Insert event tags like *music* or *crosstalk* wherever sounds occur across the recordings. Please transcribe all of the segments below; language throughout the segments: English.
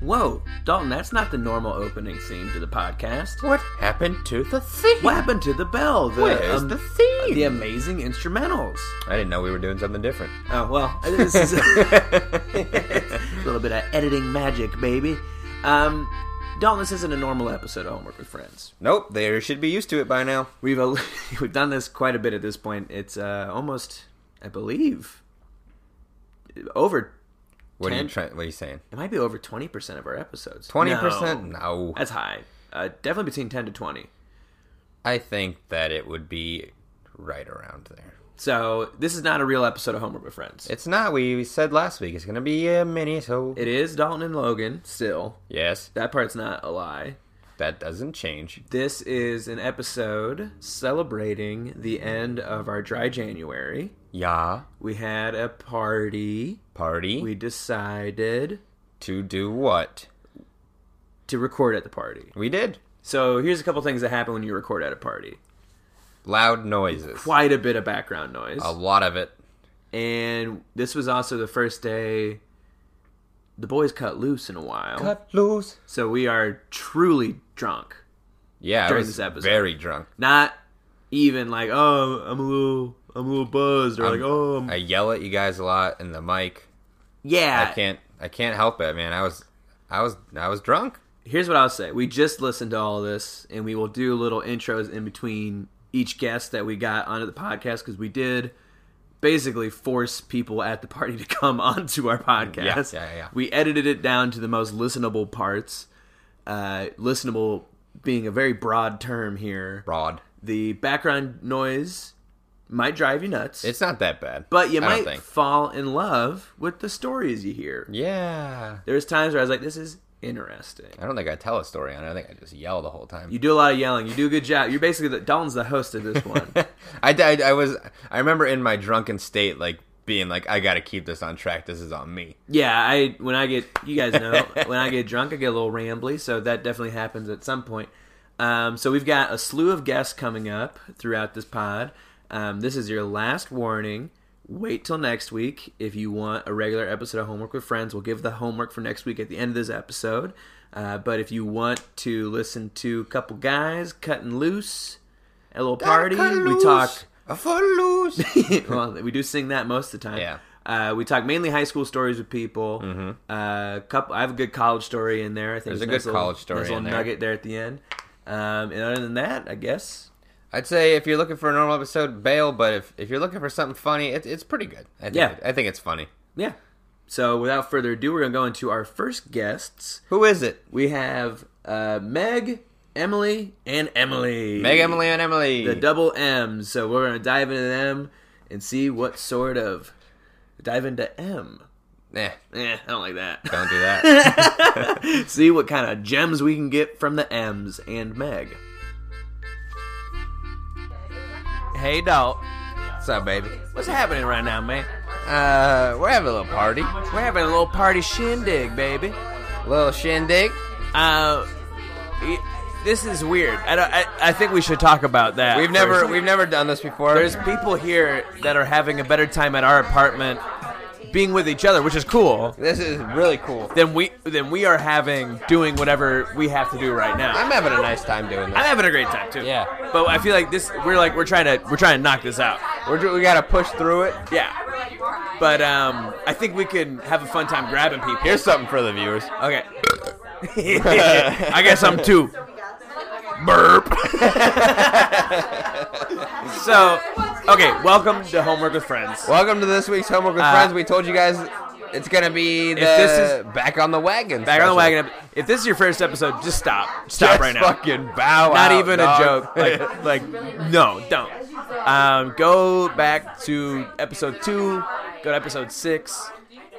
Whoa, Dalton, that's not the normal opening scene to the podcast. What happened to the theme? What happened to the bell? The, Where's um, the theme? the amazing instrumentals. I didn't know we were doing something different. Oh well, *laughs* this is *laughs* a little bit of editing magic, baby. Um, Dalton, this isn't a normal episode of Homework with Friends. Nope, they should be used to it by now. We've al- *laughs* we've done this quite a bit at this point. It's uh, almost, I believe, over. What are you Ten- trying? What are you saying? It might be over twenty percent of our episodes. Twenty percent? No. No, that's high. Uh, definitely between ten to twenty. I think that it would be right around there. So this is not a real episode of Homework with Friends. It's not. We we said last week it's gonna be a mini. So It is Dalton and Logan still. yes, That part's not a lie. that doesn't change. This is an episode celebrating the end of our dry January. Yeah, We had a party. party We decided to do what? to record at the party. We did So here's a couple things that happen when you record at a party. loud noises. Quite a bit of background noise. A lot of it. And this was also the first day the boys cut loose in a while. Cut loose. So we are truly drunk. Yeah, I During was this episode. very drunk. Not even like, oh, I'm a little I'm a little buzzed or like, I'm- oh, I'm I yell at you guys a lot in the mic. yeah. I can't I can't help it, man. I was I was I was drunk. here's what I'll say. We just listened to all this, and we will do little intros in between each guest that we got onto the podcast because we did basically force people at the party *laughs* to come onto our podcast. Yeah, yeah, yeah. We edited it down to the most listenable parts. Uh, listenable being a very broad term here. Broad. The background noise might drive you nuts, It's not that bad. but you I don't might think. fall in love with the stories you hear. Yeah. There's times where I was like, "This is interesting." I don't think I tell a story on it. I think I just yell the whole time. You do a lot of yelling. You do a good job. You're basically the, Dalton's the host of this *laughs* one. I, d- I- I was I remember in my drunken state like being like I got to keep this on track. This is on me. yeah, I when I get you guys know when I get drunk, I get a little rambly. So that definitely happens at some point. Um, so we've got a slew of guests coming up throughout this pod. Um, this is your last warning. Wait till next week if you want a regular episode of Homework with Friends. We'll give the homework for next week at the end of this episode. Uh, but if you want to listen to a couple guys cutting loose, at a little party, we talk a footloose. *laughs* well, we do sing that most of the time. Yeah. Mm-hmm. Uh, we talk mainly high school stories with people. Uh, couple, I have a good college story in there. I think There's it's a good nice little- college story nice little in there. nugget there at the end. Um, and other than that, I guess *laughs* I'd say if you're looking for a normal episode, bail. But if, if you're looking for something funny, it, it's pretty good. I think Yeah. it- I think it's funny. yeah. So without further ado, we're gonna go into our first guests. Who is it? We have uh, Meg, Emily, and Emily. Meg, Emily, and Emily. the double M's. So we're gonna dive into them and see what sort of dive into M. Eh, Eh, I don't like that. don't *laughs* do that. See what kind of gems we can get from the M's and Meg. Hey, Dalt. What's up, baby? What's happening right now, man? Uh, we're having a little party, a We're having a little party shindig, baby. little shindig. Uh, y- this is weird. I, don't, I, I think we should talk about that. We've never first. we've never done this before. There's people here that are having a better time at our apartment being with each other, which is cool. this is really cool. Than we than we are having doing whatever we have to do right now. I'm having a nice time doing I'm this. having a great time too. Yeah. But I feel like this we're like we're trying to we're trying to knock this out. We're, ju- we gotta push through it. Yeah. But um I think we can have a fun time grabbing people. Here's something for the viewers. Okay. *laughs* I guess I'm too. Burp. *laughs* so okay, welcome to Homework with Friends. Welcome to this week's homework with Uh, friends. We told you guys it's gonna be the this is- back on the wagon. Back on the special. wagon. If this is your first episode, just stop. Stop Just right now. Fucking bow. Not out, even dog. a *laughs* *laughs* joke. Like, like no, don't. Um, go back to episode two. Go to episode six.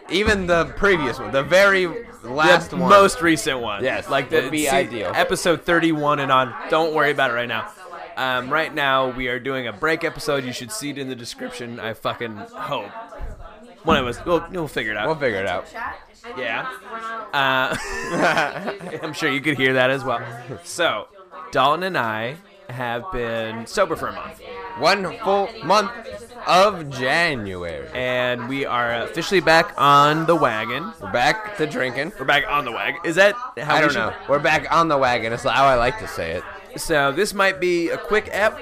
even the previous one, the very last the one. most recent one. Yes, like the would be see, ideal. Episode thirty-one and on. Don't worry about it right now. Um, right now we are doing a break episode. You should see it in the description. I fucking hope. One of us, we'll, we'll figure it We'll out. figure it out. Yeah. Uh, *laughs* I'm sure you could hear that as well. So, Dalton and I have been sober for a month. One full month of January. and we are officially back on the wagon. We're back to drinking. We're back on the wagon. Is that how I we don't should- know. We're back on the wagon. It's how I like to say it. So this might be a quick app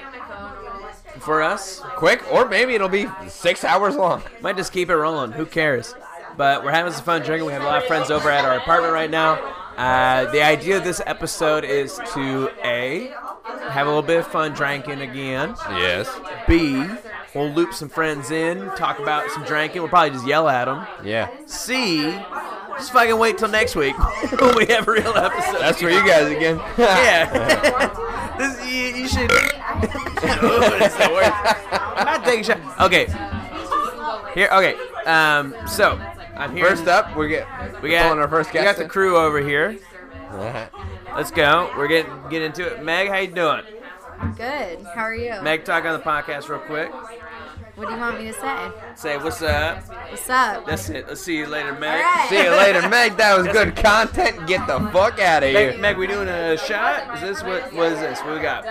for us. Quick, or maybe it'll be six hours long. Might just keep it rolling. Who cares? But we're having some fun drinking. We have a lot of friends over at our apartment right now. Uh, the idea of this episode is to a have a little bit of fun drinking again. Yes. B we'll loop some friends in, talk about some drinking. We'll probably just yell at them. Yeah. C just fucking wait till next week *laughs* when we have a real episode. That's for you Uh-huh. *laughs* guys again. yeah. *laughs* this you, you should. Ooh, it's the worst. I'm not taking shot. Okay. Here. Okay. Um. So I'm here. *laughs* First up, we get we we got pulling our first We guest. got the *laughs* crew over here. crew. Let's go. We're getting get into it. Meg, how you doing? Good. How are you? Meg, talk on the podcast real quick. What do you want me to say? Say what's up. What's up? That's it. Let's see you later, Meg. All right. See you later, Meg. *laughs* That was good content. Get the fuck out of Meg, here. Meg, we doing a shot? Is this what? What is this? What we got?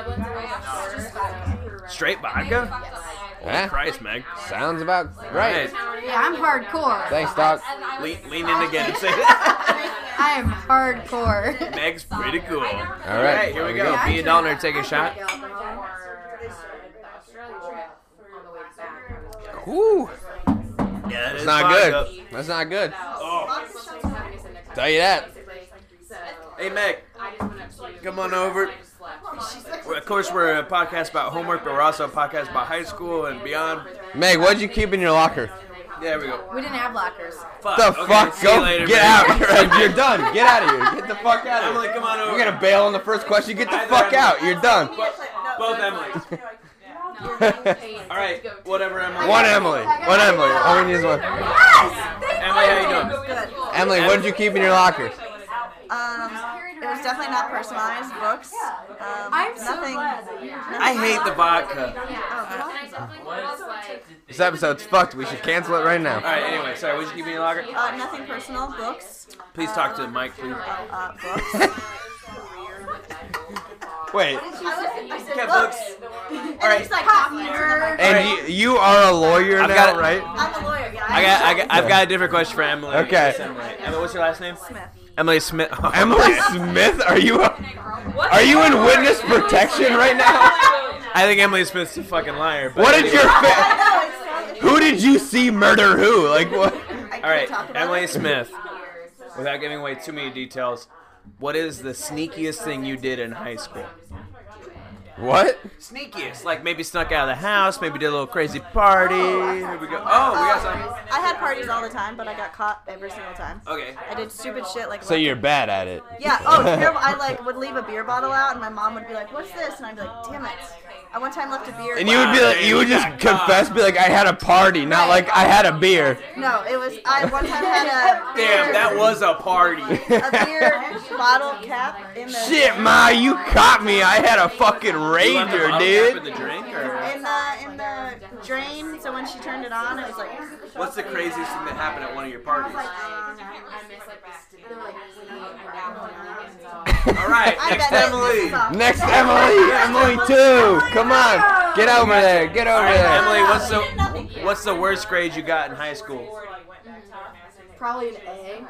Straight vodka. Huh? Christ, Meg. Sounds about right. Yeah, I'm hardcore. Thanks, Doc. Lean, lean in *laughs* again. *laughs* Say I am hardcore. Meg's pretty cool. All right, All right, here we there we go. go. Be a dollar, take a shot. Whew. Yeah, Oh. That's not good. That's not good. Tell you that. Hey, Meg, come on over. We're- Of course, we're a podcast about homework, but we're also a podcast about high school and beyond. Meg, what'd you keep in your locker? There we go. We didn't have lockers. Fuck. The Uh, Okay, fuck? see you Go later, get Meg. *laughs* out. You're done. Get out of here. Get the fuck out of Emily, here. come on over. We're gonna bail on the first question. Get the Either fuck Emily. out. You're done. *laughs* *laughs* Both Emily's. All right, whatever, Emily. One Emily. One Emily. All we need is one. Emily, how you doing? Oh, Emily, what did you keep in your locker? Um, it was definitely not personalized books. Um, nothing. I hate the vodka. This episode's fucked. We should cancel it right All now. right, anyway, sorry. Would you give me a lager? Uh, nothing personal. Books. Please talk to the mic, please. *laughs* Uh, books. Wait. Yeah, books. All right. And you, you are a lawyer I've now, got it. right? I'm a lawyer, guys. I got, I got, *laughs* I've got a different question for Emily. Okay. Yes, Emily. Emily, what's your last name? Smith. Emily Smith. *laughs* Emily Smith, are you a, are you in witness protection right now? I think Emily Smith's a fucking liar. But What did your anyway. fa- No, it's- who did you see murder who? Like what? I can't All right, talk about Emily it. *laughs* Smith. Without giving away too many details, what is the sneakiest thing you did in high school? What? Sneakiest, like maybe snuck out of the house, maybe did a little crazy party. Here we go. Oh, we got some. Um, I had parties all the time, but I got caught every single time. Okay. I did stupid shit like. So you're bad at it. Yeah. Oh, terrible. I like would leave a beer bottle out, and my mom would be like, "What's this?" And I'd be like, "Damn it!" I one time left a beer. And you would be like, you would just confess, be like, I had a party, not like I had a beer. No, it was I one *laughs* time had Damn, a beer- that was a party. a beer bottle cap in the Shit, ma, you caught me. I had a fucking You left the ranger, bottle cap in dude. the drink, or in the in the drain. So when she turned it on, it was like what's the craziest thing that happened at one of your parties? All right, *laughs* I next bet this Emily. is awful. Next *laughs* Emily, Emily too. Come on, get over there, get All over right, there. Emily, what's the what's the worst grade you got in high school? Probably an A.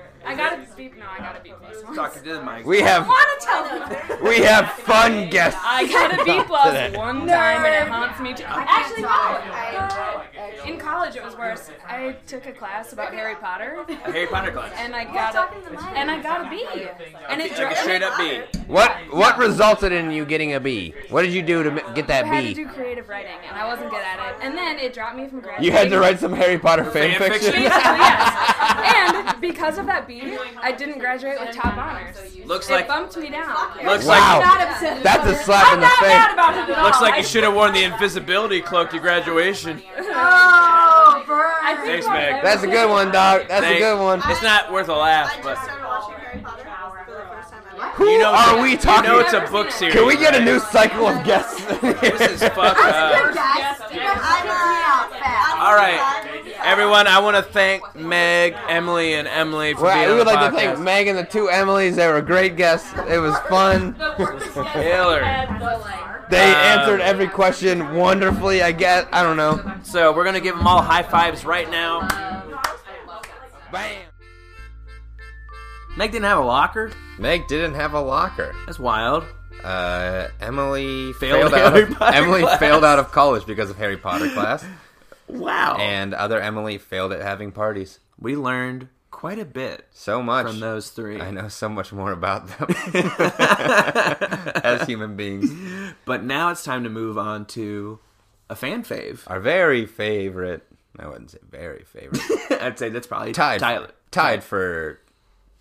*laughs* I gotta beep. No, I gotta beep those ones. Talking to the mic. we have *laughs* we have fun guests. I gotta beep Stop today. laws one time and it haunts me too. Actually, no. In college, it was worse. I took a class about Harry Potter Harry Potter class. and I got a and I got a B. And it Took a straight up B. What what resulted in you getting a B? What did you do to m- get I that had to do B? creative writing, and I wasn't good at it. And then it dropped me from grad. You had to write some Harry Potter fan Fan fiction. fiction. Basically, yes. And because of that B, I didn't graduate with top honors. Looks It like bumped me down. looks Wow. like That's a slap in the Not mad face. about it at all. looks like I you *laughs* should have worn the invisibility cloak to graduation. Oh, I burn. think Thanks, about Meg. every That's a good one, dog. That's a Thank- good one. It's not worth a laugh, I but just started watching Harry Potter for the first time in my life. Who you know are we you talking? know it's a Never book seen it. series. Can we get a right? new cycle of guests? This is fucked Guys, you up. guys I'm figured me out uh, fast. All right. I'm- Everyone, I want to thank Meg, Emily, and Emily for *laughs* Well, being we on would the like to podcast. thank Meg and the two Emilys. They were great guests. It was fun. Killer. They Um, answered every question wonderfully. I guess I don't know. So we're gonna give them all high fives right now. Bam. Meg didn't have a locker. Meg didn't have a locker. That's wild. Uh, Emily Failed failed, out. Harry Of, Potter Emily class. failed out of college because of Harry *laughs* Potter class, Wow. and other Emily failed at having parties. we learned quite a bit So much. from those three. I know so much more about *laughs* them as human beings. But now it's time to move on to a fan fave. *laughs* Our very favorite. I wouldn't say very *laughs* favorite. I'd say that's probably Tied. Tyler. Tied for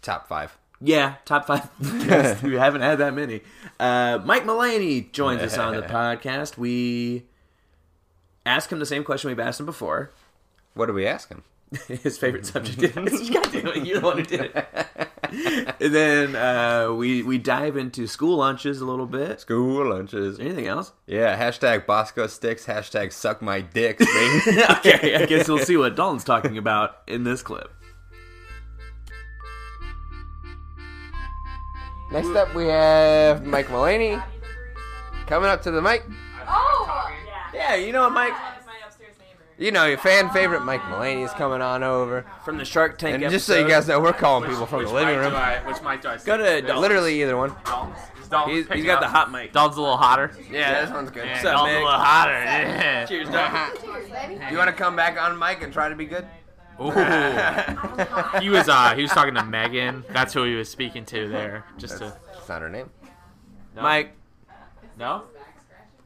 top five. Yeah, top *laughs* five. Yes, we haven't had that many. Uh, Mike Mullaney joins us *laughs* on the podcast. We ask him the same question we've asked him before. *laughs* What do we ask *laughs* him? His favorite subject is *laughs* God damn it, you're the one who did it. *laughs* and then uh, we we dive into school lunches a little bit. School lunches. Anything *laughs* else? Yeah. Hashtag Bosco sticks. Hashtag suck my dicks. baby. okay, I guess we'll see what Dalton's talking about in this clip. *laughs* Next up, we have Mike Mullaney coming up to the mic. Oh! Yeah. Yeah, you know what, Mike? You know, your fan favorite Mike Mullaney is coming on over. From the Shark Tank And just so you guys know, we're calling people from the living room. which mic do I go to Dalton. Literally either one. He's- he's got the hot mic. Dom's a little hotter. Yeah, this one's good. What's up, a Meg? little hotter. *laughs* Yeah. Cheers, Dalton. Cheers, baby. Do you want to come back on mic and try to be good? *laughs* Ooh. he was uh he was talking to Megan. That's who he was speaking to there. Just to That's not her name. *laughs* no? Mike, No?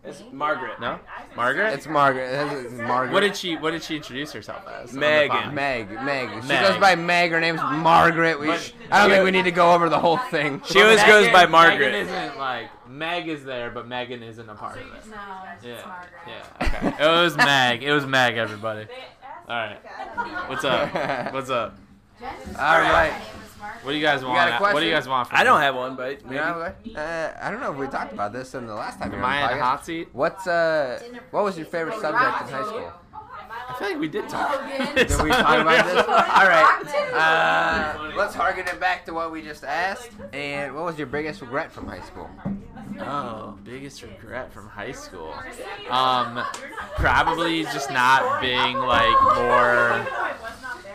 it's Margaret. No? Margaret? It's Margaret. That's- it's Margaret. what did she what did she introduce herself as? on the Megan. pod? Meg, Meg. She Meg. goes by Meg. Her name's Margaret. We sh- I don't think we need to go over the whole thing. She *laughs* always Megan- goes by Megan Margaret. isn't like Meg is there, but Megan isn't a part of it. it's Yeah. Margaret. Yeah. Okay. It was Meg. It was Meg, everybody. Alright. *laughs* What's up? What's up? All right. What do you guys want? got a What do question? you guys want from I don't me? have one, but maybe. Uh, I don't know if we talked about this in the last time. you Am were on I the in a podcast. hot seat? What's uh? What was your favorite subject in high school? I feel like we *laughs* did talk. *laughs* Did we talk about this? All right. Uh, let's target it back to what we just asked. And what was your biggest regret from high school? Oh, biggest regret from high school. Um, probably just not being like more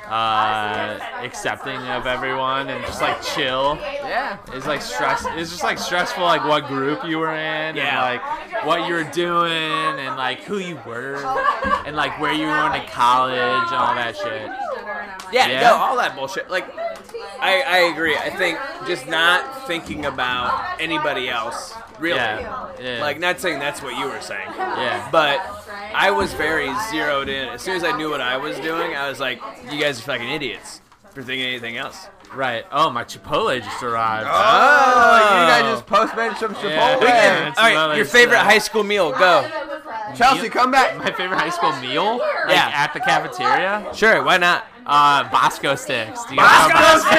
uh, accepting of everyone and just like chill. Yeah. It's like stress. It's just like stressful, like what group you were in, Yeah. and like what you were doing, and like who you were, and like where you were going to college and all that shit. Yeah, Yeah. no, all that bullshit. Like, I, I agree. I think just not thinking about anybody else, really. Yeah. yeah. Like, not saying that's what you were saying, yeah. but I was very zeroed in. As soon as I knew what I was doing, I was like, you guys are fucking idiots for thinking anything else. Right. Oh, my Chipotle just arrived. Oh, you guys just postmated some Yeah. Chipotle. We can- All right, another your favorite step. high school meal, go. Chelsea, come back. My favorite high school meal? Like Yeah. at the cafeteria? Sure, why not? Uh, Bosco sticks. Do you guys know Bosco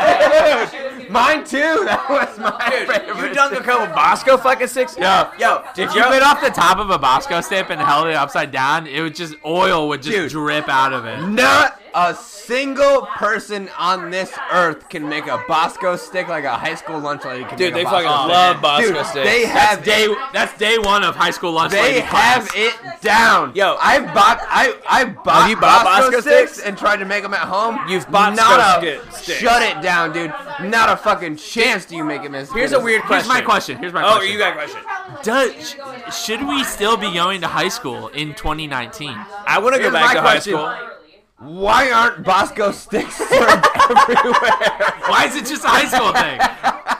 Dude, Mine too. *laughs* That was my Dude, favorite. you dunk a couple Bosco fucking six? Yo, Yo, did If you bit off the top of a Bosco stick and held it upside down, it would just oil would just Dude. drip out of it. Not a single person on this earth can make a Bosco stick like a high school lunch lady can Dude, they make a Bosco fucking Bosco. love Bosco Dude, sticks. they have Day that's day one of high school lunch They lady have class. it down. Yo. I bought I I bought, Have you bought Bosco, Bosco sticks? sticks? and tried to make them at home. You've bought not Bosco a sticks. shut it down, dude. Not a fucking chance do you make it, miss. Here's a weird Here's question. my question. Here's my Oh, question. you got a question. Does, sh- should we still be going to high school in 2019? I want to go Here's back my to question. high school. Why aren't *laughs* Bosco sticks served everywhere? Why is it just a high *laughs* school thing?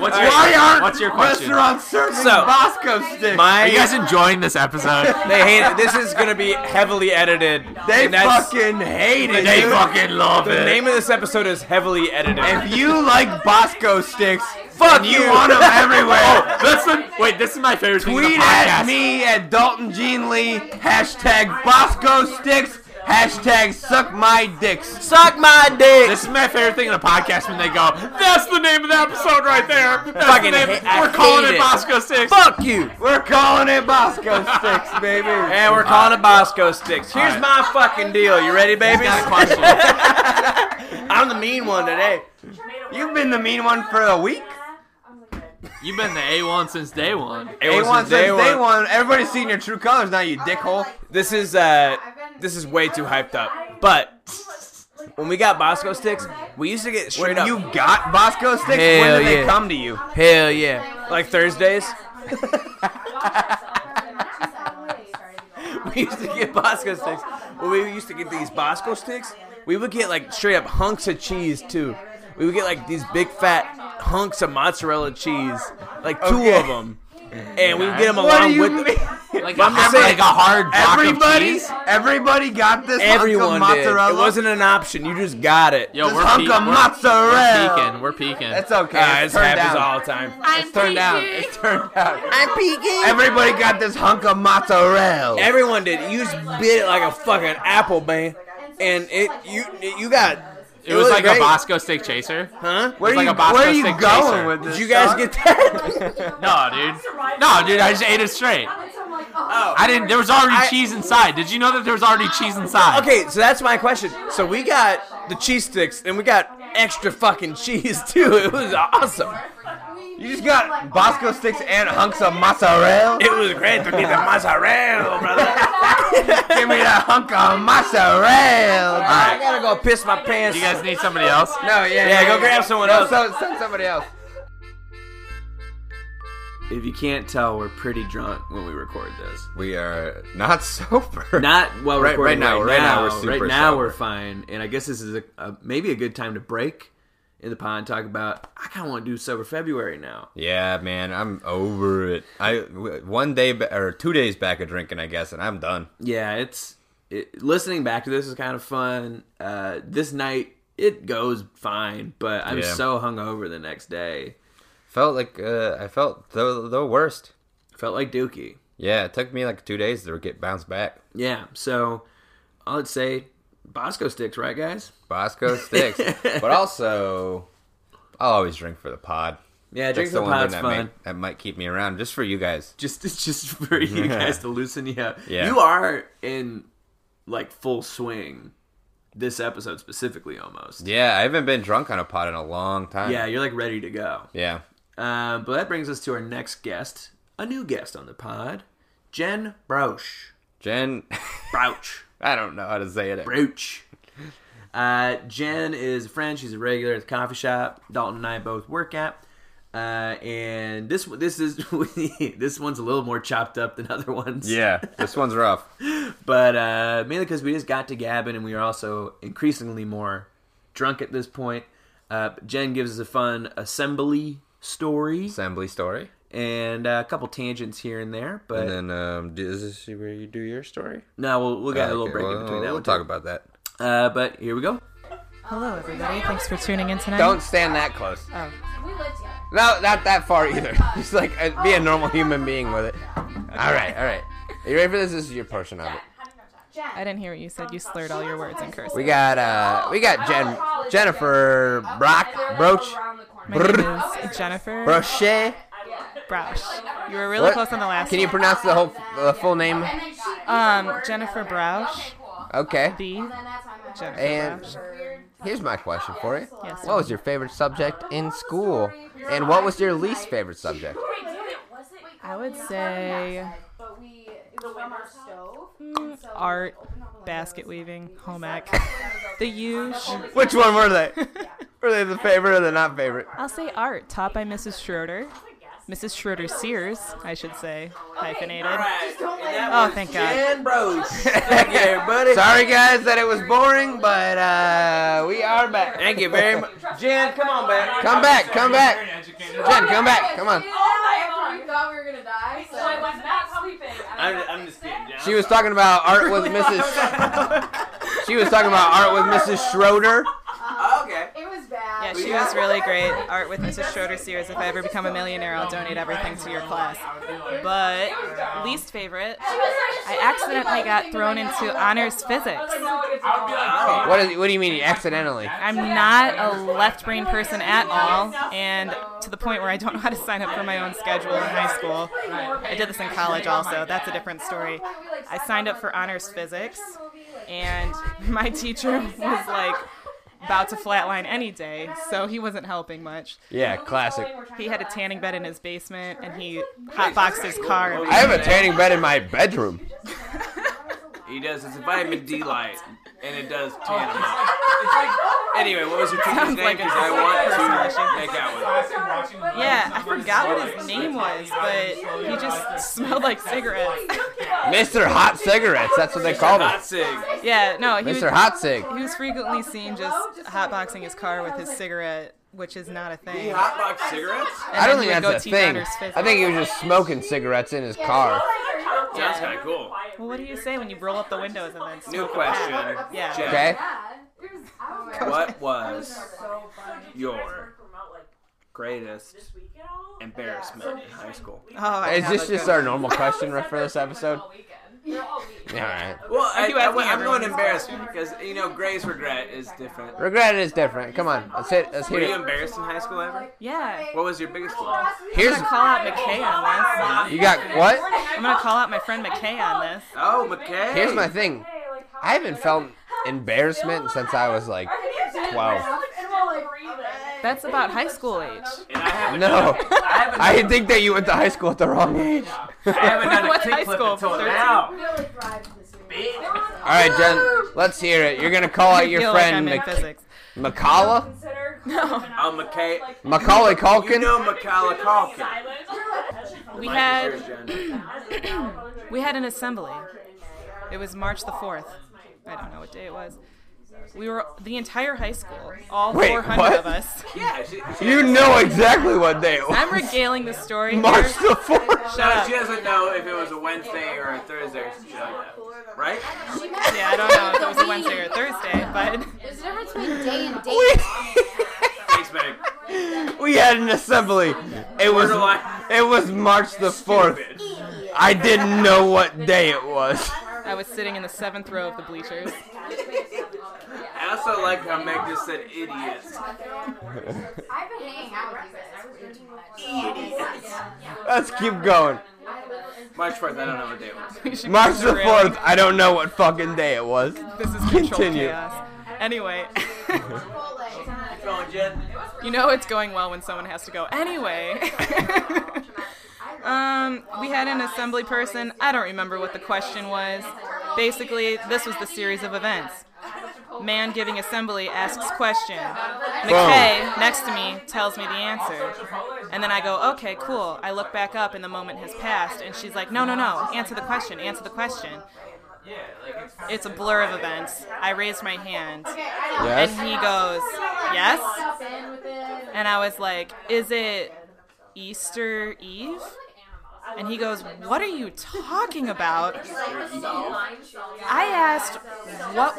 What's your, Why aren't what's your question? restaurants serving So, Bosco sticks? Are you guys My enjoying this episode? *laughs* they hate it. This is gonna be heavily edited. they and that's- fucking hate it. They dude. fucking love The it. name of this episode is heavily edited. If you like Bosco sticks, Fuck Oh, and you want them *laughs* *laughs* everywhere. Oh, That's the, wait, this is my favorite thing. in the Tweet podcast. at me at Dalton Jean Lee, hashtag Bosco Sticks, Hashtag suck my dicks. Suck my dick. This is my favorite thing in a podcast when they go, "That's the name of the episode right *laughs* there." That's Fucking the name. hate- I We're calling hate it it. Bosco Six. Fuck you. We're calling it Bosco *laughs* Sticks, baby. And we're calling it Bosco Sticks. Here's Alright. my fucking deal. You ready, baby? Got a question. I'm the mean one today. You've been the mean one for a week. *laughs* You've been the A one since day one. Day A1 one since day one. Everybody's seen your true colors now, you dickhole. This is uh, this is way too hyped up. But when we got Bosco Sticks, we used to get straight When up. you got Bosco Sticks, Hell when did yeah. they come to you? Hell yeah. Like Thursdays, *laughs* we used to get Bosco Sticks. When we used to get these Bosco Sticks, we would get like straight up hunks of cheese too. We would get like these big fat hunks of mozzarella cheese, like two Okay. of them. And we would get them What do along you with mean? Like, But I'm just every- saying- like a hard block of Everybody, cheese? everybody got this. hunk of everyone did. It mozzarella. wasn't an option. You just got it. Yo, This we're, hunk peak- of we're- mozzarella. We're peaking. We're peaking. That's okay. Ah, it's this turned happens down. all the time. It's turned down. It's turned down. I'm peeking. Everybody got this hunk of mozzarella. Everyone did. You just bit it like a fucking apple, man. And it you you got. it was looked like great. a Bosco steak chaser. huh? where are like you, a Bosco where are you stick going chaser. with this? Did you guys dog? get that? *laughs* No, dude. No, dude. I just ate it straight. I didn't. There was already I- cheese inside. Did you know that there was already cheese inside? okay, so that's my question. So we got the cheese sticks, and we got extra fucking cheese *laughs* too. It was awesome. You just got Bosco sticks and hunks of mozzarella. *laughs* It was great to get the mozzarella, brother. Give me that hunk of mozzarella. I gotta go piss my pants. Do you guys need somebody else? No, yeah, yeah. go grab someone No, else. So, send somebody else. If you can't tell, we're pretty drunk when we record this. We are not *laughs* sober. Not while Right- recording right now, Right, right now now, we're super Right now sober. we're fine, and I guess this is a, a maybe a good time to break in the pod and talk about. I kind of want to do sober February now. Yeah, man, I'm over it. I w- one day ba- or two days back of drinking, I guess, and I'm done. Yeah, it's it, listening back to this is kind of fun. Uh, this night it goes fine, but I'm Yeah. so hungover the next day. Felt like uh, I felt the the worst. Felt like Dookie. Yeah, it took me like two days to get bounced back. Yeah, so I'd say Bosco sticks, right, guys? *laughs* Bosco sticks, but also I'll always drink for the pod. Yeah, drink That's the the one thing pod's that, fun. Might, that might keep me around just for you guys. just it's just *laughs* for you guys to loosen you up. Yeah. You are in like full swing this episode specifically almost. Yeah, I haven't been drunk on a pod in a long time. Yeah, you're like ready to go. yeah. Um, but that brings us to our next guest, a new guest on the pod, Jen Brouch. Jen, *laughs* Brouch. I don't know how to say it. Brouch. Uh, Jen is a friend. She's a regular at the coffee shop. Dalton and I both work at. Uh, and this this is *laughs* this one's a little more chopped up than *laughs* other ones. Yeah, this one's rough. but uh, mainly because we just got to Gabin and we are also increasingly more drunk at this point. Uh, but Jen gives us a fun assembly story Assembly story. and uh, a couple tangents here and there. But And then, um, do- is this where you do your story? no, we'll, we'll get a little Okay, break well, in between that. We'll one, talk too. about that. Uh, but here we go. Hello, everybody. Thanks for tuning in tonight. Don't stand that close. Oh. No, not that far either. *laughs* Just like uh, be a normal human being with it. All right, all right. You ready for this? This is your portion of it. I didn't hear what you said. You slurred all your words in cursive. We got uh, we got Jen, Jennifer, Brock, Broach, My name is Jennifer Brochet. Broush. You were really What? close on the last Can you one. pronounce the whole the full name? Um, Jennifer Broush. Okay. The Jennifer And Broush. here's my question for you. Yes. What was your favorite subject in school? And what was your least favorite subject? I would say mm, art, basket weaving, home ec, the usual. Which one were they? Were they the favorite or the not favorite? *laughs* I'll say art, taught by Mrs. Schroeder. Mrs. Schroeder Sears, I should say, hyphenated. Oh, thank God. Jen *laughs* Bros. Thank you, everybody. Sorry guys that it was boring, but uh, we are back. Thank you very much. Jen, come on back. Come back, come back. Jen, come back. Come on. Oh I'm, I'm just kidding, Jen. She was talking about art *laughs* with *laughs* Mrs. She was talking about art with Mrs. Schroeder. Oh, okay. It was bad. Yeah, she was really great. Art with Mrs. Schroeder Sears. If I ever become a millionaire, I'll donate everything to your class. But least favorite, I accidentally got thrown into honors physics. "Oh." What, is, what do you mean you accidentally? I'm not a left brain person at all, and to the point where I don't know how to sign up for my own schedule in high school. I did this in college also. That's a different story. I signed up for honors physics, and my *laughs* teacher was like about to flatline any day, so he wasn't helping much. Yeah, classic. He had a tanning bed in his basement, and he hotboxed his car. every I have a tanning bed in my bedroom. He does. It's a vitamin D light, and it does tan him up. Anyway, what was your teacher's Sounds name? like a Because I want to person. make out with him. Yeah, I forgot what his name was, but he just smelled like cigarettes. Mr. Hot Cigarettes, that's what they call me. Hot cig. yeah, no, he was, Mr. Hot Cig. he was frequently seen just hotboxing his car with his cigarette, which is not a thing. And Hot box cigarettes? then I don't he think would go that's a teach thing. honors physics. I think he was just smoking cigarettes in his car. Sounds kind of cool. Well, what do you say when you roll up the windows and then? New smoke? question. Yeah. Jack, Okay? What was Oh, your greatest embarrassment in high school? Oh, I Is have this a just good- our normal question for this episode? Alright. Well, I, you I, asking am everyone? going embarrassment because you know Gray's regret is different. Were Regret is different. Come on, let's hit. Let's hear you it. embarrassed in high school ever? Yeah. What was your biggest one? Here's Call out McKay on this. you got what? I'm gonna call out my friend McKay on this. Oh, McKay. Here's my thing. I haven't felt embarrassment since I was like 12. That's about high school age. And I haven't, No, I haven't, I think that you went to high school at the wrong age. I haven't *laughs* done a What's high kickflip school? until 13? now. All right, Jen, let's hear it. You're gonna call out I your feel friend like I'm in Mac- physics. Macala, *laughs* Oh, McKay. Macaulay You Culkin. know Macaulay Culkin. We Mike, had here's Jen. We had an assembly. It was March the 4th. I don't know what day it was. We were the entire high school, all Wait, 400 what? of us. Yeah, she, she, You know exactly what day it was. I'm regaling the *laughs* story. March here. the fourth. no, she doesn't know if it was a Wednesday or a Thursday or something like that. Right? Yeah, I don't know if it *laughs* was a Wednesday or a Thursday, but There's a difference between day and *laughs* date. Thanks, babe. We had an assembly. It was Borderline. it was March the fourth. Stupid. I didn't know what day it was. I was sitting in the seventh row of the bleachers. I also like how Meg just said idiots. I've been hanging out with you guys. I was way too *laughs* much. Let's keep going. March 4th, I don't know what day it was. We should March go the through. fourth. I don't know what fucking day it was. This is controlled Continue. chaos. Anyway, *laughs* Going, Jen? you know it's going well when someone has to go. Anyway. *laughs* Um, we had an assembly person. I don't remember what the question was. Basically, this was the series of events. Man giving assembly asks question. McKay next to me tells me the answer, and then I go, "Okay, cool." I look back up, and the moment has passed, and she's like, "No, no, no! Answer the question! Answer the question!" It's a blur of events. I raised my hand, and Yes. he goes, "Yes." And I was like, Is it Easter Eve? And he goes, What are you talking about? I asked, What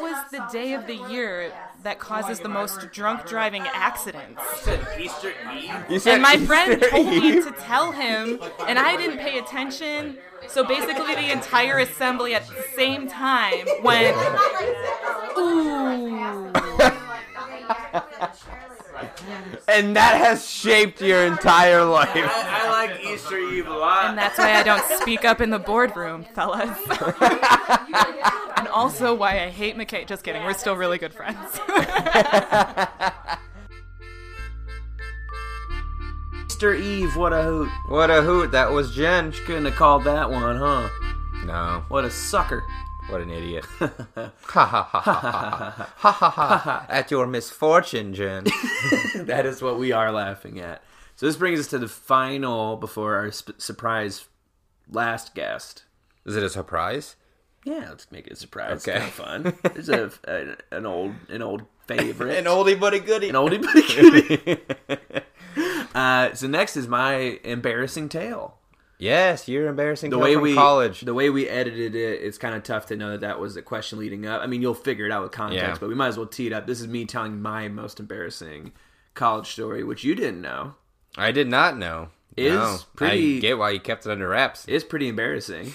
*laughs* was the day of the year that causes the most drunk driving accidents? said Easter Eve? You said *laughs* And *laughs* my friend Easter told me *laughs* Eve? to tell him, and I didn't pay attention. So basically, the entire assembly at the same time went, Ooh. and that has shaped your entire life. I, I like Easter Eve a lot. And that's why I don't speak up in the boardroom, fellas. *laughs* and also why I hate McKay. Just kidding. We're still really good friends. *laughs* Easter Eve, what a hoot. What a hoot! That was Jen. She couldn't have called that one, huh? No, What a sucker. *laughs* what an idiot! *laughs* ha ha ha ha ha ha ha *laughs* ha! At your misfortune, Jen. that is what we are laughing at. So this brings us to the final before our sp- surprise last guest. Is it a surprise? Yeah, let's make it a surprise. Okay. It's kind of fun. *laughs* There's a, a- an old an old favorite. An oldie but a goodie. an oldie but a goodie. *laughs* *laughs* uh, so next is my embarrassing tale. yes, you're embarrassing. The girl way from we college. the way we edited it, it's kind of tough to know that that was the question leading up. I mean, you'll figure it out with context, Yeah. but we might as well tee it up. This is me telling my most embarrassing college story, which you didn't know, I did not know. Is No. pretty- I get why you kept it under wraps. is *laughs* pretty embarrassing.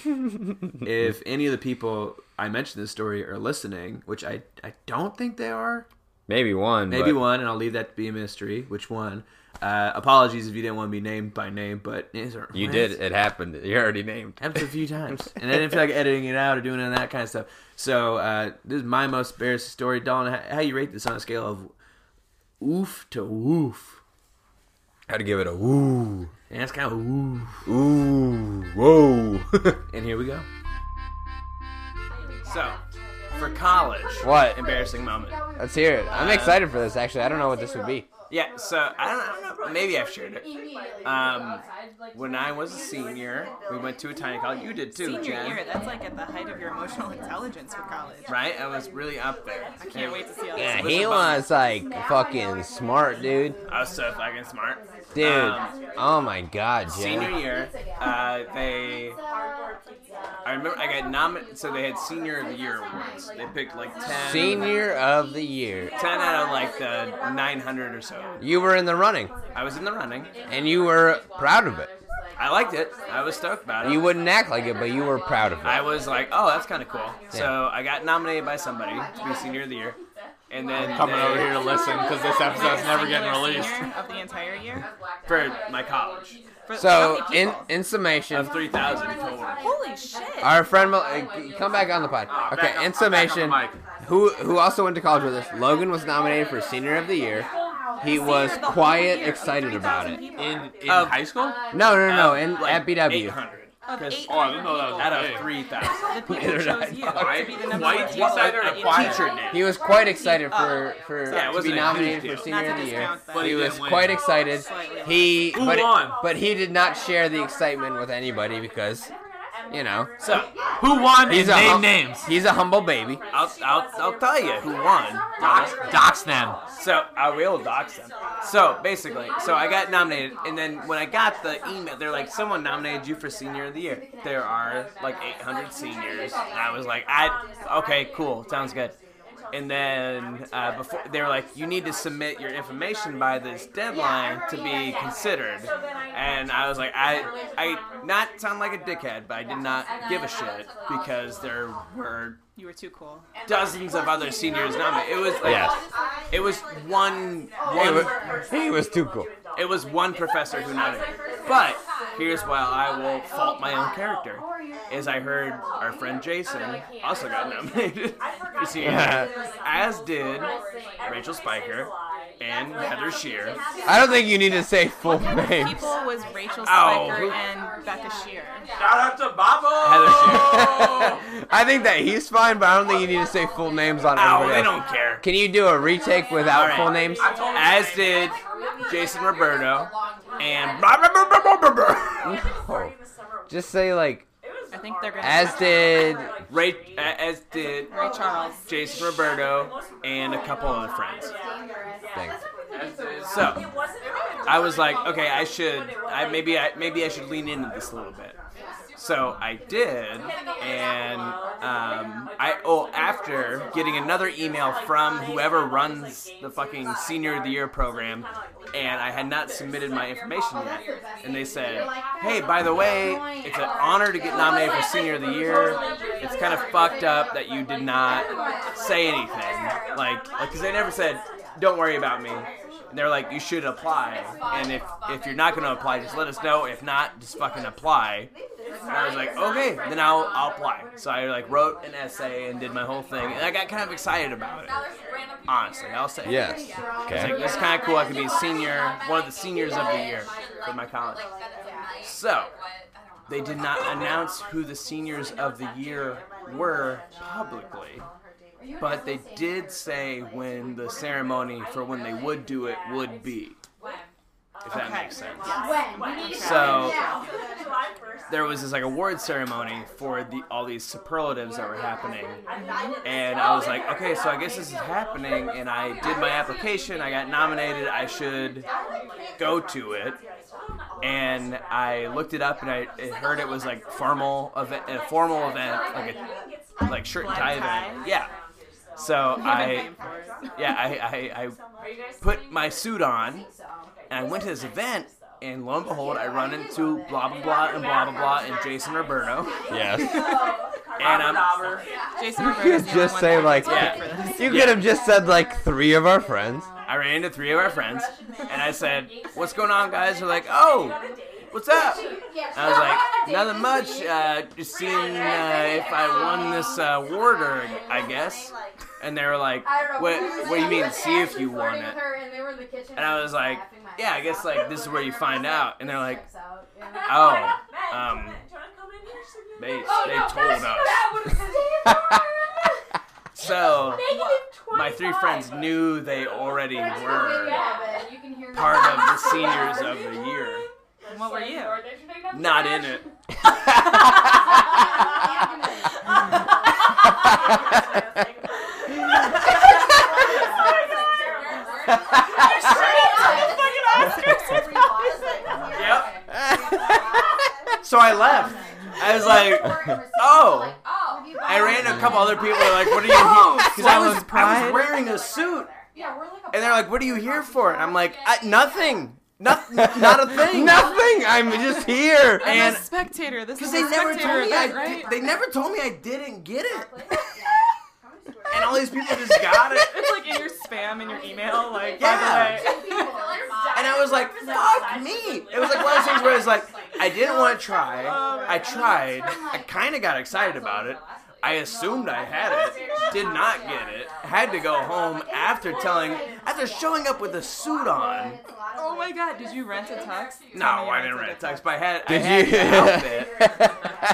if any of the people I mentioned this story are listening, which I, I don't think they are, Maybe one. maybe but- one, and I'll leave that to be a mystery. Which one? Uh, apologies if you didn't want to be named by name, but You did. It happened. You're already named. Happened a *laughs* few times, and I didn't feel like editing it out or doing any of that kind of stuff. So uh, this is my most embarrassing story. Don, how, how you rate this on a scale of oof to woof? Had to give it a woo, And that's kind of oof. ooh, whoa. *laughs* And here we go. So, for college, What? embarrassing moment. Let's hear it. I'm excited for this. Actually, I don't know what this would be. Yeah. So I don't, I don't know. Maybe I've shared it. Um, when I was a senior, we went to a tiny college. You did too, Senior Jen. year, that's like at the height of your emotional intelligence for college. Right? I was really up there. I Can't wait to see all Yeah, this. he was like fucking smart, dude. I was so fucking smart. Dude, Um, oh my god, Senior Jen. year, uh, they. I remember I got nominated. So they had senior of the year awards. They picked like ten. Senior of the year. Ten out of like the 900 or so. You were in the running, I was in the running. and you were proud of it. I liked it. I was stoked about it. You wouldn't act like it, but you were proud of I it. was like, oh, that's kind of cool. So I got nominated by somebody to be senior of the year, and then Coming they- over here to listen because this episode's never getting Singular released. senior of the entire year. for my college For So, how many in people? in summation, of 3,004. holy shit. *laughs* our friend, Mel- uh, come back on the pod. Ah, Okay, in summation, who who also went to college with us? Logan was nominated for senior of the year. He was Senior of the whole quiet, year, excited about it. 3,000 people. In in Of- high school? No, no, no, no in Like at BW. 800. Of 'Cause- Oh, I didn't know that was Out big. of 3,000. the people chose you to be the number White teacher one teacher or at a your quiet teacher. teacher? He was quite excited for for Yeah, it to wasn't be a huge nominated deal. for senior Uh, Not of to the year. discount that. But he He was didn't win. quite excited. Slightly. He Who but won? but he did not share the excitement with anybody because you know So, who won? he's His a name hum- names. He's a humble baby. I'll, I'll, I'll tell you who won. Dox, dox them. So I will dox them. So basically, so I got nominated, and then when I got the email, they're like, "Someone nominated you for senior of the year." There are *laughs* like 800 seniors, and I was like, Um, "I okay, cool, sounds good." And then uh, before they were like, "You need to submit your information by this deadline to be considered," and I was like, "I I not sound like a dickhead, but I did not give a shit because there were." You were too cool. Dozens of other seniors nominated. It was like Yes. it was one He one was, he was too cool. it was one professor who nominated. But here's why I will fault my own character. Is I heard our friend Jason also got nominated *laughs* for senior, as did Rachel Spiker and Heather Shear. I don't think you need to say full names. *laughs* People was Rachel Ow. Spiker and Becca Shear. Heather Shear. I think that he's fine, but I don't think you need to say full names on Ow, everybody. they else. don't care. Can you do a retake *laughs* without All right. full names? As did Jason Roberto and Oh. blah, blah, blah, blah, blah, blah, blah. No. Just say like I think they're gonna. as did Ray, as did Ray Charles. Jason Roberto and a couple other friends. thing. So I was like, okay, I should, I maybe, I maybe I should lean into this a little bit. So I did, and um, I oh after getting another email from whoever runs the fucking senior of the year program, and I had not submitted my information yet, and they said, hey, by the way, it's an honor to get nominated for senior of the year. It's kind of fucked up that you did not say anything, like, because they never said, don't worry about me. And they're like, you should apply, and if if you're not gonna apply, just let us know. If not, just fucking apply. And I was like, okay, then I'll, I'll apply. So I like wrote an essay and did my whole thing, and I got kind of excited about it. Honestly, I'll say. yes. It's like, Okay. this is kind of cool. I could be a senior, one of the seniors of the year for my college. So they did not announce who the seniors of the year were publicly. But they did say when the ceremony for when they would do it would be. If that makes sense. So there was this like award ceremony for the all these superlatives that were happening. And I was like, okay, so I guess this is happening and I did my application, I got nominated, I should go to it. And I looked it up and I it heard it was like formal event, a formal event, like a like shirt and tie event. Yeah. So I Name for it. yeah, I, I, I *laughs* put my suit on, and I went to this event, and lo and behold, I run into blah blah blah and blah blah blah and Jason Roberto, Yes. and I'm Jason *laughs* Roberto You is could the only just one say that like, gets credit for this. you could have just said like three of our *laughs* friends. I ran into three of our friends, and I said, "What's going on, guys?" They're like, "Oh, what's up?" I was like, "Nothing much. Uh, just seeing uh, if I won this uh, award, or I guess." And they were like, "What? What do you mean? See if you won it?" And I was like, "Yeah, I guess like this is where you find out." And they're like, "Oh, um, they Oh, they told us." *laughs* So my three friends knew they already were part of *laughs* the seniors of the year. What were you? Not in *laughs* it. *laughs* *laughs* Yep. So I left. I was like, oh. I ran into a couple other people. They're like, what are you here? Because I was, I was wearing a suit. Yeah, we're like a And they're like, what are you here for? And I'm like, I, nothing. Nothing. Not a thing. Nothing. I'm just *laughs* here. I'm And- a spectator. This is Because a they never spectator told me. event, I, right? they never told me I didn't get it. And all these people just got it. It's like in your spam in your email, like *laughs* Yeah. by the way. And I was like, fuck me. It was like one of those things where it's like, I didn't *laughs* want to try. um, I tried. I kind of got excited about it. I assumed I had it. Did not get it. Had to go home after telling, after showing up with a suit on. Oh my god, did you rent a tux? No, I didn't rent a tux, but I had, I Did had you- an outfit.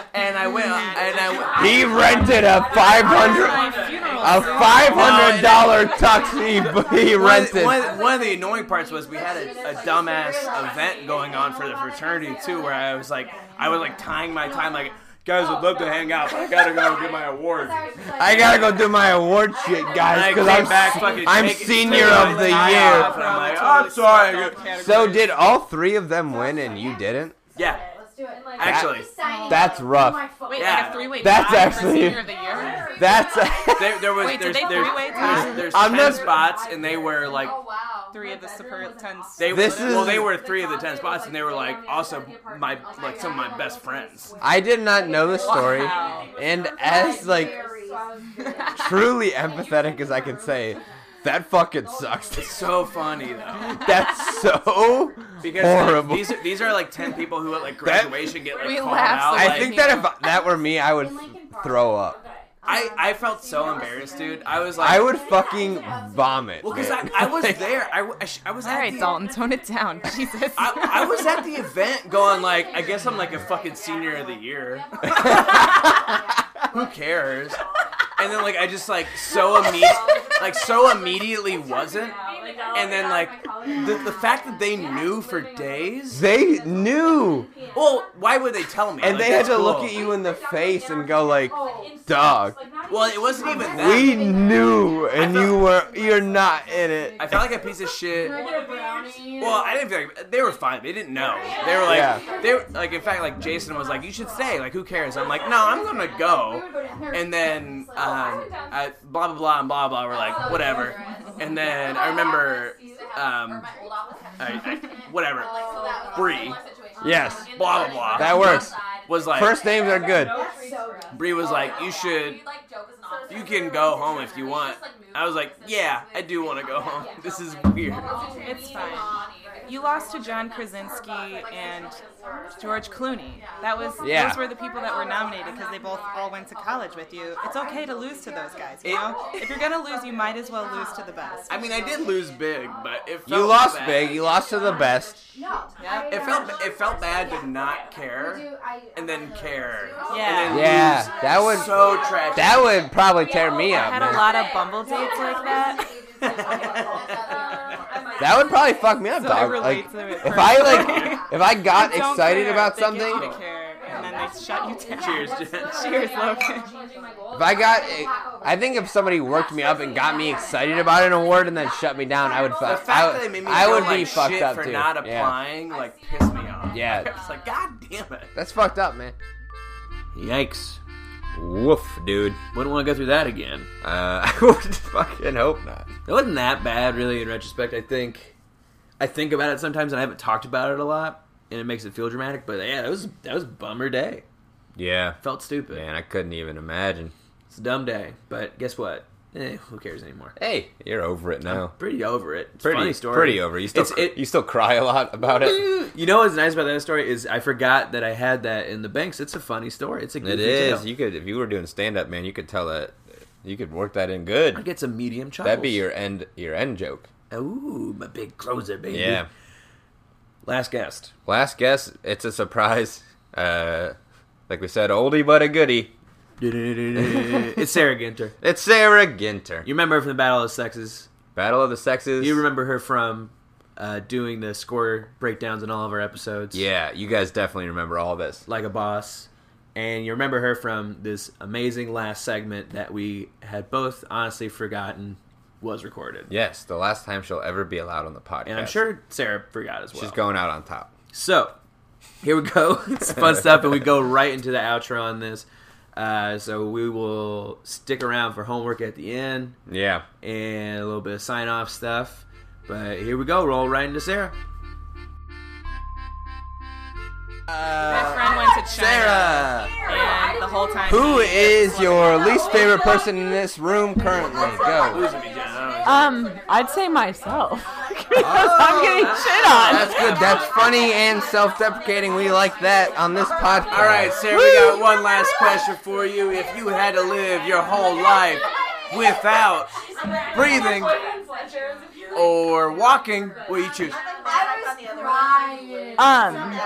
*laughs* *laughs* And I went, and I went. He rented a five My hundred funeral Oh, a suit. five hundred dollar tux. *laughs* He, he One, rented. one, one of the annoying parts was we had a, a dumbass event going on for the fraternity too, where I was like, I was like tying my time, like, guys would love to hang out, but I gotta go get my award. I gotta go do my award shit, guys, I because came I'm back fucking I'm taking- senior taking of my the tie year. off, and I'm like, "Oh, Totally I'm sorry. stuck on categories. So did all three of them win and you didn't? Yeah, Let's do it. actually, That's rough. my phone. Wait, Yeah. like a three-way That's tie for actually- senior of the year. That's there, there was Wait, did there's, they there's, three-way tie? there's, there's I'm ten not- spots, and they were like. Oh wow. Three of the super tens. They, This well, is- they were three of the ten spots, and they were like also my like some of my best friends. I did not know the story. Wow. And as like truly empathetic as I can say, that fucking It's sucks. *laughs* so funny though. That's so Because horrible. these are these are like ten people who at like That- graduation get like We called laugh so out. much. like- I think that if that were me, I would throw up. I, I felt so embarrassed, dude. I was like, I would fucking vomit. well, cause I, man. I was there. I, w- I sh- I was All at right, the, Dalton, tone it down. *laughs* Jesus. I, I was at the event, going like, I guess I'm like a fucking senior of the year. *laughs* Who cares? And then like I just like so imme- like so immediately wasn't, and then "Oh like the, the fact that they knew for days. They knew, Well, why would they tell me? and Like, they had that's to look cool. at you in the face and go like, "Dog, Well, it wasn't even that. we knew, and I felt- you were you're not in it." I felt like a piece of shit. Well, I didn't feel like they were fine. They didn't know. They were like, Yeah. they were like. In fact, like Jason was like, "You should stay. Like, who cares?" I'm like, "No, I'm gonna go." And then, um, I, blah blah blah and blah blah. oh, We're like, *laughs* whatever. And then I remember, um, I, I, Oh, whatever. Bree Yes, Blah, blah, blah. that works. was like, First names are good. Bree Oh, was like, "You should, you can go home if you want." I was like, "Yeah, I do want to go home. *laughs* This is weird." It's fine. You lost to John Krasinski and George Clooney. That was Yeah. those were the people that were nominated because they both all went to college with you. It's okay to lose to those guys. You It- know, if you're gonna lose, you might as well lose to the best. I mean, I did lose big, but it felt You lost bad. big. You lost to the best. It felt it felt bad to not care and then care. Yeah. And then Yeah, that would lose. so tragic. that would probably tear me I up, had a man. lot of bumble dates like that. Um, That would probably fuck *laughs* me up, So I dog. relate Like, to it. if I personally. like, if *laughs* I got Don't excited care. about They get you something, to care, and then they shut you down. Cheers, Jen. *laughs* Cheers, Logan. If I got, I think if somebody worked me up and got me excited about an award and then shut me down, I would The fuck. fact I, that they made me would- I feel would like be fucked shit up for too. not yeah, applying like *laughs* pissed me off. Yeah. It's like, God damn it. that's fucked up, man. Yikes. Woof, dude. Wouldn't want to go through that again. Uh, *laughs* I would fucking hope not. It wasn't that bad, really. In retrospect, I think I think about it sometimes, and I haven't talked about it a lot, and it makes it feel dramatic. But yeah, that was that was a bummer day. Yeah. Felt stupid. Man, I couldn't even imagine. It's a dumb day, but guess what? Eh, who cares anymore? Hey, you're over it now. Pretty over it. It's a pretty funny story. Pretty over. You still It's- it- you still cry a lot *laughs* about it. *laughs* You know what's nice about that story is I forgot that I had that in the banks. It's a funny story. It's a good It is. You could if you were doing stand up, man, you could tell that you could work that in I good. get some medium chuckles. That'd be your end your end joke. ooh, my big closer, baby. Yeah. Last guest. *laughs* Last guess, it's a surprise. *laughs* Uh like we said, oldie but a goodie. it's Sarah Ginter. It's Sarah Ginter. You remember her from the Battle of the Sexes. Battle of the Sexes. You remember her from uh, doing the score breakdowns in all of our episodes. Yeah, you guys definitely remember all this. Like a boss. And you remember her from this amazing last segment that we had both honestly forgotten was recorded. Yes, the last time she'll ever be allowed on the podcast. And I'm sure Sarah forgot as well. she's going out on top. So, here we go. *laughs* It's fun stuff, and we go right into the outro on this. Uh, so we will stick around for homework at the end Yeah. and a little bit of sign off stuff. But here we go. Roll right into Sarah. Uh, My friend went to China. Sarah, And the whole time. who he- is your least favorite person in this room currently? Go. Um, I'd say myself because *laughs* I'm getting Oh. shit on. *laughs* That's good. That's funny and self-deprecating. We like that on this podcast. All right, Sarah, we got one last question for you. If you had to live your whole life without breathing or walking, what do you choose? Um,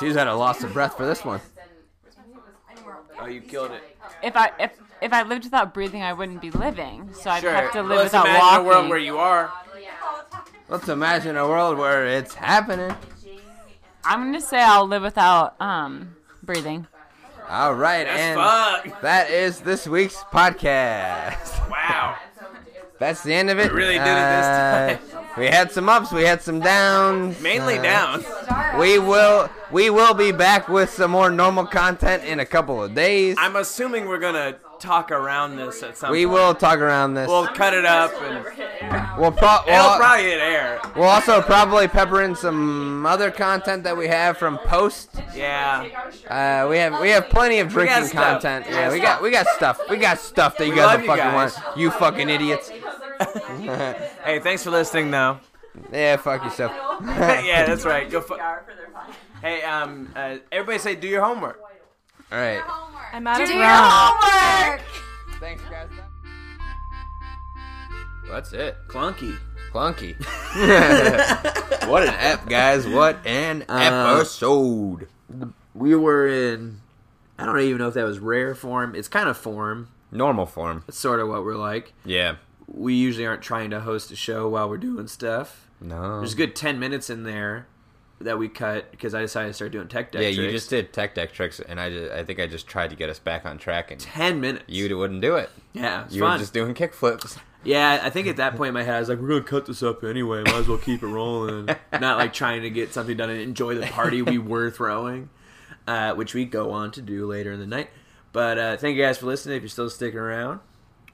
She's at a loss of breath for this one. Oh, you killed it. if I if if I lived without breathing, I wouldn't be living. So I'd Sure. have to live Let's without imagine walking. a world where you are. Let's imagine a world where it's happening. I'm gonna say I'll live without um breathing. All right, and Fuck. that is this week's podcast. *laughs* Wow. That's the end of it. We really did it this Uh, we had some ups, we had some downs. Mainly Uh, down. We will we will be back with some more normal content in a couple of days. I'm assuming we're gonna talk around this at some We point. will talk around this. We'll cut it up and We'll, pro- it'll we'll, probably hit air. we'll also probably pepper in some other content that we have from post. Yeah. Uh, we have we have plenty of got drinking stuff. content. We Yeah, got we got we got stuff. We got stuff that you guys love are you fucking guys. want. You fucking idiots. Hey, thanks for listening *laughs* though. Yeah, fuck yourself. *laughs* yeah, *laughs* that's right. Go. Fu- hey, um, uh, everybody say do your homework. All right. I'm out of Do your round. homework. Thanks, guys. That's it. Clunky. *laughs* Clunky. what an ep, guys. What an Uh, episode. We were in. I don't even know if that was rare form. It's kind of form. Normal form. It's sort of what we're like. Yeah. We usually aren't trying to host a show while we're doing stuff. No. There's a good ten minutes in there that we cut because I decided to start doing tech deck. Yeah, you tricks. just did tech deck tricks, and I just, I think I just tried to get us back on track, and ten minutes. you wouldn't do it. yeah, it's You were fun. just doing kick flips. Yeah, I think at that point in my head I was like, "We're gonna cut this up anyway. Might as well keep it *laughs* rolling." Not like trying to get something done and enjoy the party we were throwing, uh, which we go on to do later in the night. But uh, thank you guys for listening. If you're still sticking around,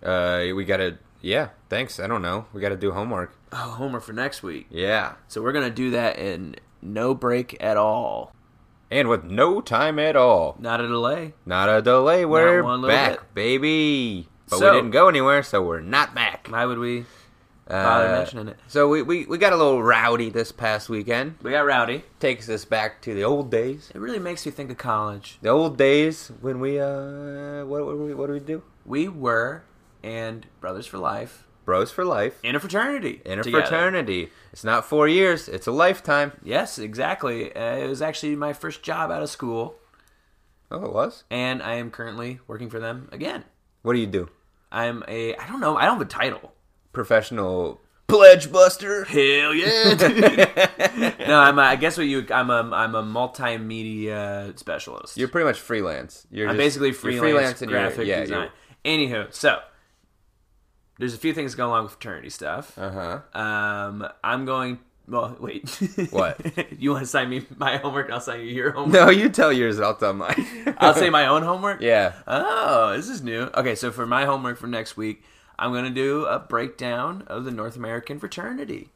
Uh, we gotta. Yeah. Thanks. I don't know. We gotta do homework. oh, homework for next week. Yeah. So we're gonna do that in no break at all, And with no time at all, not a delay. not a delay. We're one little back, baby. But So- we didn't go anywhere, so we're not back. Why would we bother Uh, mentioning it? So we, we we got a little rowdy this past weekend. We got rowdy. Takes us back to the old days. It really makes you think of college. The old days when we uh what what, we, what do we do? We were and brothers for life Bros for life. in a fraternity. In a together. fraternity. It's not four years, it's a lifetime. Yes, exactly. Uh, it was actually my first job out of school, Oh, it was? and I am currently working for them again. What do you do? I'm a I don't know I don't have a title. Professional pledge buster. Hell yeah! *laughs* no, I'm a, I guess what you would- I'm a I'm a multimedia specialist. You're pretty much freelance. You're I'm just- basically you're freelance, and you're- graphic yeah, design. Anywho, so there's a few things that go along with fraternity stuff. Uh huh. Um, I'm going Well, wait. What? *laughs* you want to sign me my homework? I'll sign you your homework. No, you tell yours. I'll tell mine. I'll say my own homework. *laughs* Yeah. Oh, this is new. Okay, so for my homework for next week, I'm gonna do a breakdown of the North American fraternity.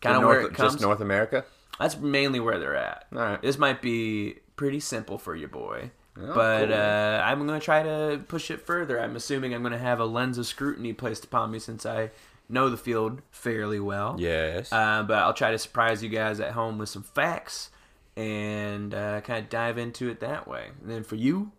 Kind of North- where it comes. Just North America. That's mainly where they're at. All right. This might be pretty simple for you, boy. Oh, but cool. uh, I'm going to try to push it further. I'm assuming I'm going to have a lens of scrutiny placed upon me since I know the field fairly well. Yes. Uh, but I'll try to surprise you guys at home with some facts and uh, kind of dive into it that way. And then for you,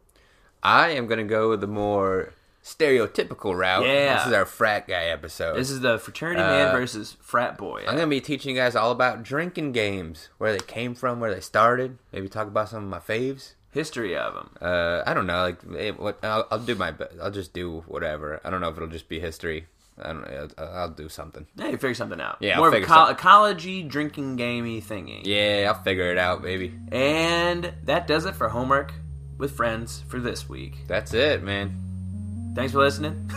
I am gonna go the more stereotypical route. Yeah. This is our frat guy episode. this is the fraternity man Uh, versus frat boy. I'm gonna be teaching you guys all about drinking games, where they came from, where they started. Maybe talk about some of my faves. History of them. Uh, I don't know. Like, it, what, I'll, I'll do my best. I'll just do whatever. I don't know if it'll just be history. I don't. I'll, I'll do something. Yeah, you figure something out. Yeah, I'll more of a figure col- something- ecology drinking gamey thingy. Yeah, I'll figure it out, baby. And that does it for homework with friends for this week. That's it, man. *laughs* Thanks for listening.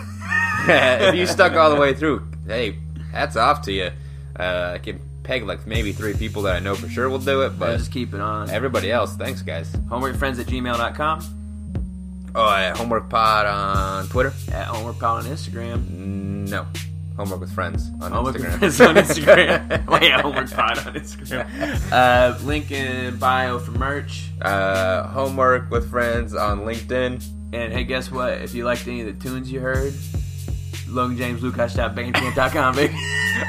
if you stuck all the way through, hey, hats off to you. Uh, I can peg like maybe three people that I know for sure will do it, I'll but just keep it on. everybody else, thanks, guys. Homeworkfriends at gmail.com, Oh, yeah, homework pod on Twitter. at homeworkpod on Instagram, No. Homework with friends on homework Instagram. with friends on *laughs* Instagram. *laughs* Wait, homeworkpod on Instagram. Uh, link in bio for merch. uh, homework with friends on LinkedIn. And hey, guess what? If you liked any of the tunes you heard, LoganJamesLukash.bandcamp.com, baby.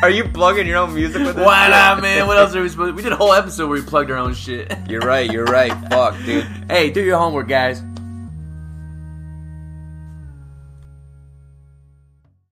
Are you plugging your own music with *laughs* this? Why shit? not, *laughs* man? What else are we supposed to We did a whole episode where we plugged our own shit. You're right. You're right. Fuck, dude. Hey, do your homework, guys.